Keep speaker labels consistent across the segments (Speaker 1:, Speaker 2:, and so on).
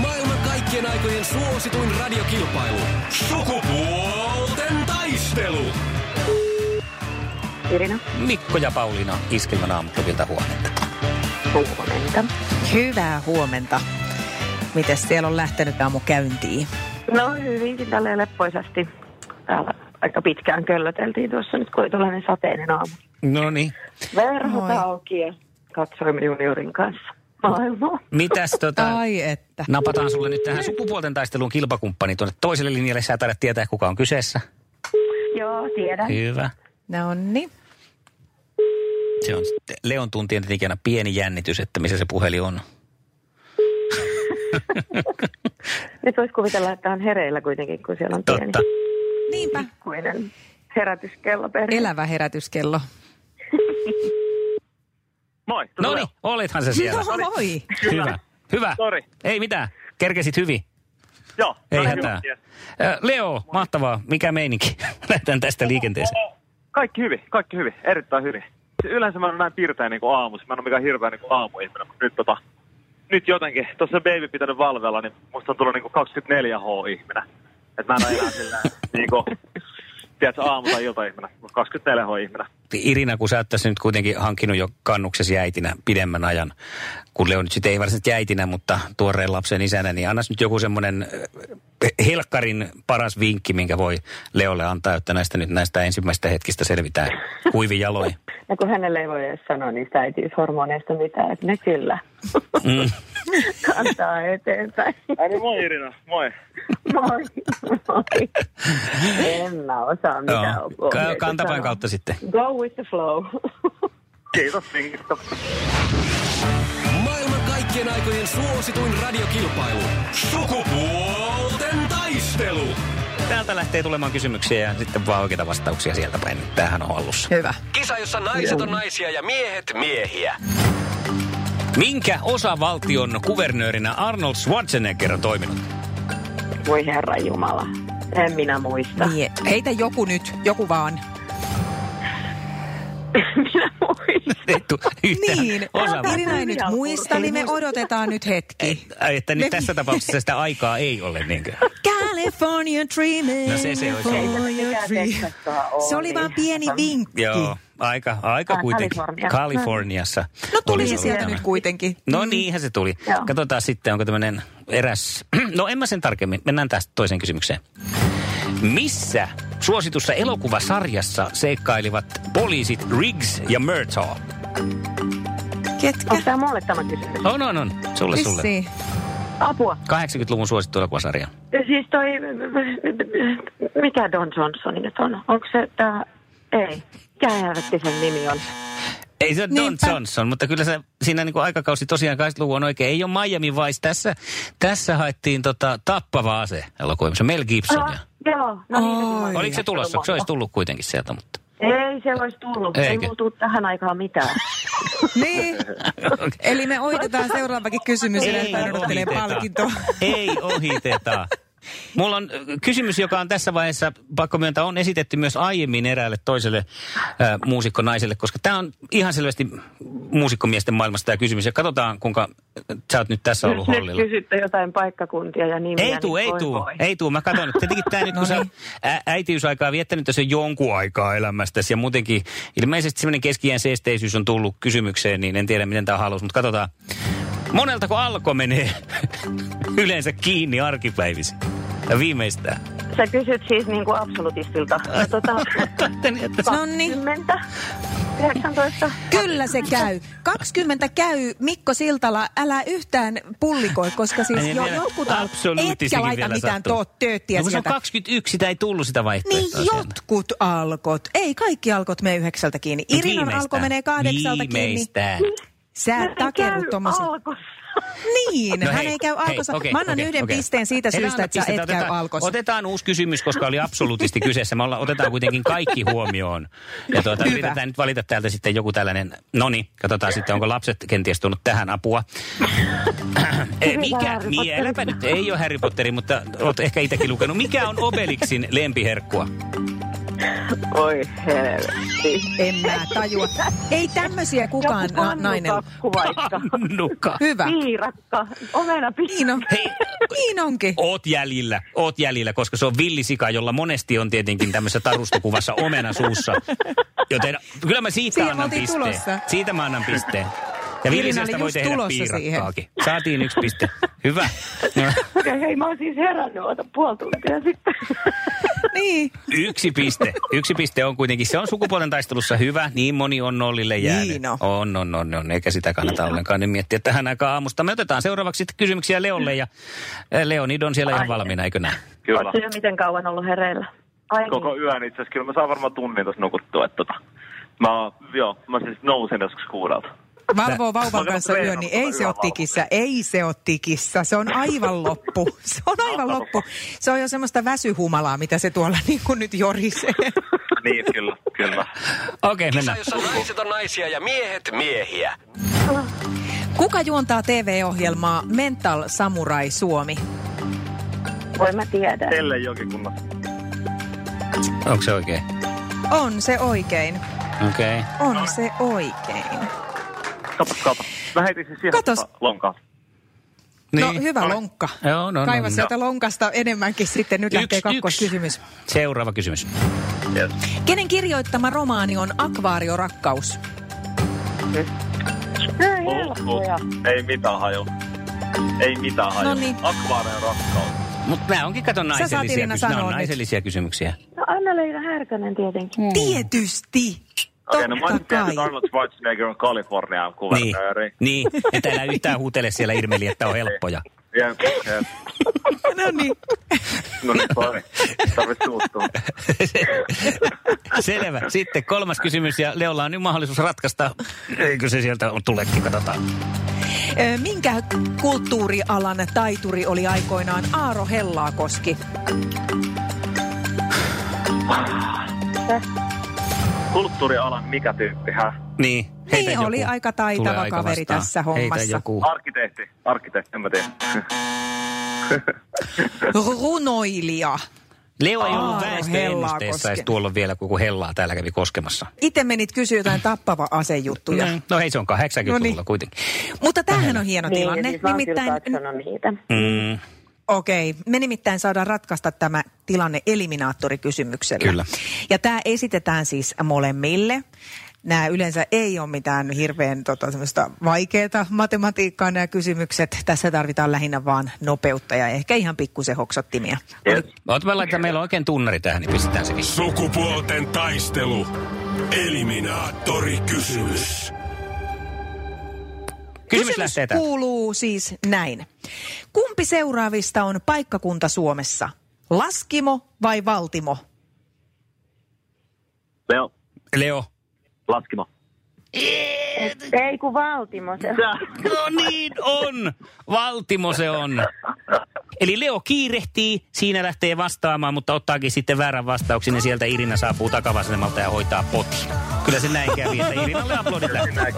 Speaker 1: Maailman kaikkien aikojen suosituin radiokilpailu. Sukupuolten taistelu.
Speaker 2: Irina,
Speaker 3: Mikko ja Pauliina Iskelmän aamuklubilta huomenta.
Speaker 2: huomenta.
Speaker 4: Hyvää huomenta. Mites siellä on lähtenyt aamu käyntiin?
Speaker 2: No hyvinkin tälleen leppoisasti. Täällä aika pitkään köllöteltiin tuossa nyt, kun oli tällainen sateinen aamu.
Speaker 3: No niin.
Speaker 2: Verhot
Speaker 4: Moi.
Speaker 2: auki ja katsoimme juniorin kanssa maailmaa.
Speaker 3: Mitäs tota...
Speaker 4: Ai että.
Speaker 3: Napataan sulle nyt tähän sukupuolten taisteluun kilpakumppani tuonne toiselle linjalle. Sä taidat tietää, kuka on kyseessä.
Speaker 2: Joo, tiedän.
Speaker 3: Hyvä.
Speaker 4: No niin.
Speaker 3: Se on sitten Leon tuntien tietenkin aina pieni jännitys, että missä se puhelin on.
Speaker 2: Nyt voisi kuvitella, että on hereillä kuitenkin, kun siellä on pieni
Speaker 3: Totta.
Speaker 4: Niinpä.
Speaker 2: pikkuinen herätyskello perhe.
Speaker 4: Elävä herätyskello.
Speaker 5: Moi. tuota- tuli
Speaker 3: No niin,
Speaker 5: Leo.
Speaker 3: olithan se siellä.
Speaker 4: No moi.
Speaker 3: Hyvä. Hyvä.
Speaker 5: Sori.
Speaker 3: Ei mitään. Kerkesit hyvin.
Speaker 5: Joo.
Speaker 3: Ei
Speaker 5: no niin,
Speaker 3: hätää.
Speaker 5: hyvä.
Speaker 3: Ö, Leo, mahtavaa. Mikä meininki? Lähdetään tästä liikenteeseen.
Speaker 5: Kaikki hyvin, kaikki hyvin, erittäin hyvin. Yleensä mä en ole näin pirteä niin aamuisin. Mä en ole mikään hirveä niin aamuihminen, mutta nyt, tota, nyt jotenkin. Tuossa on baby pitänyt valvella, niin musta on tullut niin 24H-ihminen. Et mä en ole enää sillä niin kuin, tiedätkö, aamu- tai iltaihminen, mutta 24H-ihminen.
Speaker 3: Irina, kun sä oot tässä nyt kuitenkin hankkinut jo kannuksesi äitinä pidemmän ajan, kun Leo nyt sitten ei varsinaisesti äitinä, mutta tuoreen lapsen isänä, niin annas nyt joku semmoinen äh, helkkarin paras vinkki, minkä voi Leolle antaa, että näistä nyt näistä ensimmäistä hetkistä selvitään kuivin jaloin.
Speaker 2: Ja kun hänelle ei voi edes sanoa niistä äitiyshormoneista mitään, että ne kyllä
Speaker 3: Mm.
Speaker 2: kantaa eteenpäin.
Speaker 5: Ai niin, moi Irina, moi.
Speaker 2: Moi, moi. En mä osaa mitään
Speaker 3: Joo.
Speaker 2: ohjeita
Speaker 3: Ka- Kantapain
Speaker 2: sanoa.
Speaker 3: kautta sitten.
Speaker 2: Go with the flow.
Speaker 5: Kiitos vinkistä.
Speaker 1: Maailman kaikkien aikojen suosituin radiokilpailu. Sukupuolten taistelu.
Speaker 3: Täältä lähtee tulemaan kysymyksiä ja sitten vaan oikeita vastauksia sieltä päin. Tämähän on hallussa.
Speaker 4: Hyvä.
Speaker 1: Kisa, jossa naiset on naisia ja miehet miehiä.
Speaker 3: Minkä osavaltion kuvernöörinä Arnold Schwarzenegger on toiminut?
Speaker 2: Voi herra Jumala. En minä muista.
Speaker 4: Mie. Niin. Heitä joku nyt, joku vaan.
Speaker 2: minä muista.
Speaker 3: Ei tuu yhtään
Speaker 4: Niin,
Speaker 3: osavaltiota.
Speaker 4: Irina ei nyt muista, niin me odotetaan nyt hetki.
Speaker 3: Ai, että nyt
Speaker 4: Me-
Speaker 3: tässä tapauksessa sitä aikaa ei ole niinkö?
Speaker 4: California dreaming.
Speaker 3: No se- se oikein.
Speaker 4: for
Speaker 2: Ei
Speaker 4: your
Speaker 2: tässä
Speaker 4: dream.
Speaker 2: mikään tekstasta ole,
Speaker 4: Se oli vaan
Speaker 2: niin.
Speaker 4: pieni vinkki.
Speaker 3: Joo, aika, aika
Speaker 2: Ah,
Speaker 3: kuitenkin.
Speaker 2: Kalifornia.
Speaker 3: Kaliforniassa.
Speaker 4: No
Speaker 3: Oli
Speaker 4: tuli
Speaker 3: se
Speaker 4: se sieltä
Speaker 3: ollut
Speaker 4: nyt
Speaker 3: tämä.
Speaker 4: kuitenkin.
Speaker 3: No niinhän se tuli.
Speaker 2: Joo.
Speaker 3: Katsotaan sitten, onko tämmöinen eräs... No en mä sen tarkemmin. Mennään tästä toiseen kysymykseen. Missä suositussa elokuvasarjassa seikkailivat poliisit Riggs ja Murtaugh?
Speaker 4: Ketkä?
Speaker 2: Onko tämä mulle tämä kysymys?
Speaker 3: On, on, on. Sulle, sulle.
Speaker 4: Vissiin.
Speaker 2: Apua.
Speaker 3: 80-luvun suosittu elokuvasarja.
Speaker 2: Siis toi, mikä Don Johnson nyt on? Onko se tämä, ei. Mikä helvetti sen nimi on?
Speaker 3: Ei se ole Don
Speaker 4: Niinpä.
Speaker 3: Johnson, mutta kyllä se, siinä niin kuin aikakausi tosiaan 80-luvun on oikein. Ei ole Miami Vice. Tässä, tässä haettiin tota, tappava ase elokuvissa. Mel Gibson.
Speaker 2: Ah,
Speaker 3: ja-
Speaker 2: joo, no niin.
Speaker 4: Oi.
Speaker 3: Oliko se tulossa? Se olisi tullut kuitenkin sieltä, mutta...
Speaker 2: Ei, se olisi tullut. Ei
Speaker 3: Eikö?
Speaker 2: mulla tule tähän aikaan mitään.
Speaker 4: Niin. Eli me ohitetaan seuraavakin kysymys, ja lähdetään odottelemaan palkintoa.
Speaker 3: Ei ohiteta. Mulla on ö, kysymys, joka on tässä vaiheessa, pakko myöntää, on esitetty myös aiemmin eräälle toiselle äh, muusikkonaiselle, koska tämä on ihan selvästi muusikkomiesten maailmasta tämä kysymys. Ja katsotaan, kuinka ö, sä oot nyt tässä ollut
Speaker 2: Jos nyt
Speaker 3: hollilla.
Speaker 2: kysytte jotain paikkakuntia ja nimiä,
Speaker 3: Ei tuu,
Speaker 2: niin
Speaker 3: ei
Speaker 2: voi
Speaker 3: tuu,
Speaker 2: voi.
Speaker 3: ei tuu. Mä katson, että tietenkin tämä nyt, kun sä oot ä- äitiysaikaa viettänyt tässä jonkun aikaa elämästäsi ja muutenkin ilmeisesti semmoinen keskiään seesteisyys on tullut kysymykseen, niin en tiedä miten tämä halus, mutta katsotaan. Moneltako alko menee yleensä kiinni arkipäivisin? Ja viimeistään.
Speaker 2: Sä kysyt siis niin kuin absolutistilta. No, tota,
Speaker 3: Kattelin, että
Speaker 4: No niin,
Speaker 2: 20, 19.
Speaker 4: kyllä se käy. 20 käy, Mikko Siltala, älä yhtään pullikoi, koska
Speaker 3: Ei
Speaker 4: siis jo
Speaker 3: vielä
Speaker 4: jotkut al-
Speaker 3: absoluuttisikin
Speaker 4: etkä laita
Speaker 3: vielä
Speaker 4: mitään
Speaker 3: sattuu.
Speaker 4: tuo tööttiä
Speaker 3: no, kun se on
Speaker 4: sieltä.
Speaker 3: 21, sitä ei tullut sitä vaihtoehtoa
Speaker 4: Niin
Speaker 3: sieltä.
Speaker 4: jotkut alkot. Ei kaikki alkot mene yhdeksältä kiinni. Irinan
Speaker 3: Viimeistään.
Speaker 4: alko menee kahdeksalta kiinni.
Speaker 3: Viimeistään.
Speaker 4: Sä et takerru tommosen. Niin, no hän hei, ei käy alkossa.
Speaker 3: okei,
Speaker 4: Mä annan
Speaker 3: okei,
Speaker 4: yhden
Speaker 3: okei.
Speaker 4: pisteen siitä
Speaker 3: Älä
Speaker 4: syystä,
Speaker 3: anna
Speaker 4: että sä et
Speaker 3: pistettä,
Speaker 4: käy
Speaker 3: otetaan-
Speaker 4: alkossa.
Speaker 3: Otetaan uusi kysymys, koska oli absoluutisti kyseessä. Me olla, otetaan kuitenkin kaikki huomioon. Ja tuota,
Speaker 4: Hyvä.
Speaker 3: yritetään nyt valita täältä sitten joku tällainen, no niin, katsotaan sitten, onko lapset kenties tullut tähän apua. Eh, Mikä,
Speaker 2: Harry
Speaker 3: niin,
Speaker 2: Potter.
Speaker 3: äläpä nyt, ei ole Harry Potteri, mutta olet ehkä itsekin lukenut. Mikä on Obelixin lempiherkkua?
Speaker 2: Voi helvetti.
Speaker 4: En mä tajua. Ei tämmöisiä kukaan
Speaker 2: Joku
Speaker 4: na- nainen.
Speaker 2: pannukakku vaikka.
Speaker 3: Nuka.
Speaker 4: Hyvä.
Speaker 2: Piirakka. Omena
Speaker 4: Niin on.
Speaker 3: Mm. Hei.
Speaker 4: Niin onkin.
Speaker 3: Oot jäljillä, oot jäljillä, koska se on villisika, jolla monesti on tietenkin tämmöisessä tarustokuvassa omena suussa. Joten kyllä mä siitä
Speaker 4: Siihen me
Speaker 3: annan
Speaker 4: oltiin
Speaker 3: pisteen.
Speaker 4: tulossa.
Speaker 3: Siitä mä annan pisteen. Ja
Speaker 4: oli
Speaker 3: villisestä voi
Speaker 4: just
Speaker 3: tehdä
Speaker 4: tulossa
Speaker 3: piirakkaakin. Saatiin yksi piste. Hyvä. No,
Speaker 2: Okei, hei, mä oon siis herännyt, ota puoli tuntia sitten.
Speaker 4: Niin.
Speaker 3: yksi piste. Yksi piste on kuitenkin. Se on sukupuolen taistelussa hyvä. Niin moni on nollille jäänyt.
Speaker 4: Niin on.
Speaker 3: on, on, on, on. Eikä sitä kannata ollenkaan nyt miettiä tähän aikaan aamusta. Me otetaan seuraavaksi sitten kysymyksiä Leolle. Ja eh, Leonid on siellä ihan valmiina, eikö näin?
Speaker 5: Kyllä.
Speaker 2: Oletko jo miten kauan ollut hereillä? Ai niin,
Speaker 5: Koko yön itse asiassa. Kyllä mä saan varmaan tunnin tuossa nukuttua. Että tota. Mä, oon- joo, mä siis nousen joskus kuudelta.
Speaker 4: Valvoo vauvan
Speaker 5: Mä
Speaker 4: kanssa yön, niin ei se ole tikissä. Ei se ole tikissä. Se on aivan loppu. Se on aivan loppu. Se on jo semmoista väsyhumalaa, mitä se tuolla niin kuin nyt jorisee.
Speaker 5: Niin, kyllä, kyllä.
Speaker 3: Okei, okay,
Speaker 1: Kisa,
Speaker 3: mennään.
Speaker 1: jossa naiset on naisia ja miehet miehiä.
Speaker 4: Kuka juontaa TV-ohjelmaa Mental Samurai Suomi?
Speaker 2: niin, Voi mä tiedä.
Speaker 5: Telle jokikunnassa.
Speaker 3: Onko se oikein?
Speaker 4: On se oikein.
Speaker 3: Okei. Okay.
Speaker 4: On se oikein.
Speaker 5: Kato, kato. Mä heitin siis siihen
Speaker 4: Katos.
Speaker 5: tota lonkaan.
Speaker 3: Niin.
Speaker 4: No hyvä lonkka.
Speaker 3: Joo, no, no,
Speaker 4: Kaiva
Speaker 3: no.
Speaker 4: sieltä lonkasta enemmänkin sitten. Nyt
Speaker 3: Yksi,
Speaker 4: lähtee kakkoskysymys.
Speaker 3: Seuraava kysymys.
Speaker 4: Kenen kirjoittama romaani on Akvaariorakkaus?
Speaker 2: Nää
Speaker 5: Oh, oh.
Speaker 2: helppoja.
Speaker 5: Ei mitään haju. Ei mitään haju.
Speaker 4: Noniin.
Speaker 5: Akvaareen rakkaus.
Speaker 3: Mutta nämä onkin, kato, naisellisia,
Speaker 4: saat, Elina,
Speaker 3: kysymyksiä. Nämä
Speaker 4: sanoa
Speaker 3: on
Speaker 4: nyt.
Speaker 3: naisellisia kysymyksiä.
Speaker 2: No Anna-Leena Härkönen tietenkin.
Speaker 4: Tietysti.
Speaker 5: Okei, no mä
Speaker 4: Totta
Speaker 5: olisin tiennyt, että
Speaker 4: kai.
Speaker 5: Arnold Schwarzenegger on Kalifornian
Speaker 3: Niin,
Speaker 5: kuvernööri.
Speaker 3: niin, että älä yhtään huutele siellä Irmeli, että
Speaker 5: Niin.
Speaker 3: on helppoja.
Speaker 5: Jep, jep.
Speaker 4: No niin.
Speaker 5: No niin, sorry. Tarvit suuttua.
Speaker 3: Selvä. Sitten kolmas kysymys, ja Leolla on nyt mahdollisuus ratkaista. Eikö se sieltä on tulekin, katsotaan.
Speaker 4: Ö, Minkä kulttuurialan taituri oli aikoinaan Aaro Hellaakoski?
Speaker 5: Kulttuurialan mikä tyyppi, häh?
Speaker 3: Niin, heitä
Speaker 4: Niin, oli aika taitava
Speaker 3: Tulee aika
Speaker 4: kaveri
Speaker 3: vastaan.
Speaker 4: tässä
Speaker 3: Heitä
Speaker 4: hommassa.
Speaker 3: joku.
Speaker 5: Arkkitehti, arkkitehti, en mä tiedä.
Speaker 4: Runoilija.
Speaker 3: Leo ei ollut
Speaker 4: Aaro
Speaker 3: väestöennusteessa,
Speaker 4: Hellaakoski.
Speaker 3: edes tuolla on vielä koko hellaa täällä kävi koskemassa.
Speaker 4: Itse menit kysyä jotain tappava asejuttuja.
Speaker 3: Mm, No ei,
Speaker 4: niin.
Speaker 3: se on 80-luvulla kuitenkin.
Speaker 4: Mutta tämähän on hieno tilanne.
Speaker 2: Niin, siis mä oon kyllä
Speaker 4: nimittäin,
Speaker 2: katsonut niitä.
Speaker 3: Mm,
Speaker 4: okei, me nimittäin saadaan ratkaista tämä tilanne eliminaattorikysymyksellä.
Speaker 3: Kyllä.
Speaker 4: Ja tämä esitetään siis molemmille. Nämä yleensä ei ole mitään hirveän tota, vaikeaa matematiikkaa nämä kysymykset. Tässä tarvitaan lähinnä vaan nopeutta ja ehkä ihan pikkusen hoksottimia.
Speaker 5: Yes.
Speaker 3: Ootapa laittaa, meillä on oikein tunnari tähän, niin pistetään se vissiin.
Speaker 1: Sukupuolten taistelu. Eliminaattori kysymys.
Speaker 3: Kysymys lähtee täältä.
Speaker 4: kuuluu siis näin. Kumpi seuraavista on paikkakunta Suomessa? Laskimo vai Valtimo?
Speaker 5: Leo,
Speaker 3: Leo.
Speaker 5: laskimo.
Speaker 2: Ei kun Valtimo se.
Speaker 3: No niin on. Valtimo se on. Eli Leo kiirehtii, siinä lähtee vastaamaan, mutta ottaakin sitten väärän vastauksen ja sieltä Irina saapuu takavasemmalta ja hoitaa potin. Kyllä se näin kävi, että Irinalle aplodit lähtee.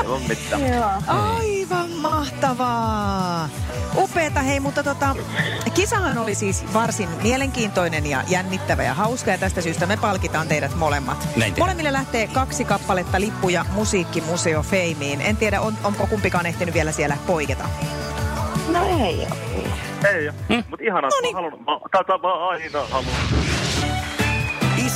Speaker 5: Ei ole mitään.
Speaker 4: Aivan mahtavaa. Upeeta hei, mutta tota, kisahan oli siis varsin mielenkiintoinen ja jännittävä ja hauska ja tästä syystä me palkitaan teidät molemmat.
Speaker 3: tehdään.
Speaker 4: Molemmille lähtee kaksi kappaletta lippuja Musiikkimuseo Feimiin. En tiedä, on, onko kumpikaan ehtinyt vielä siellä poiketa.
Speaker 2: No ei oo.
Speaker 5: Ei ole.
Speaker 4: Hm.
Speaker 5: Mut ihanaa, että mä haluan, mä, tätä mä aina haluan.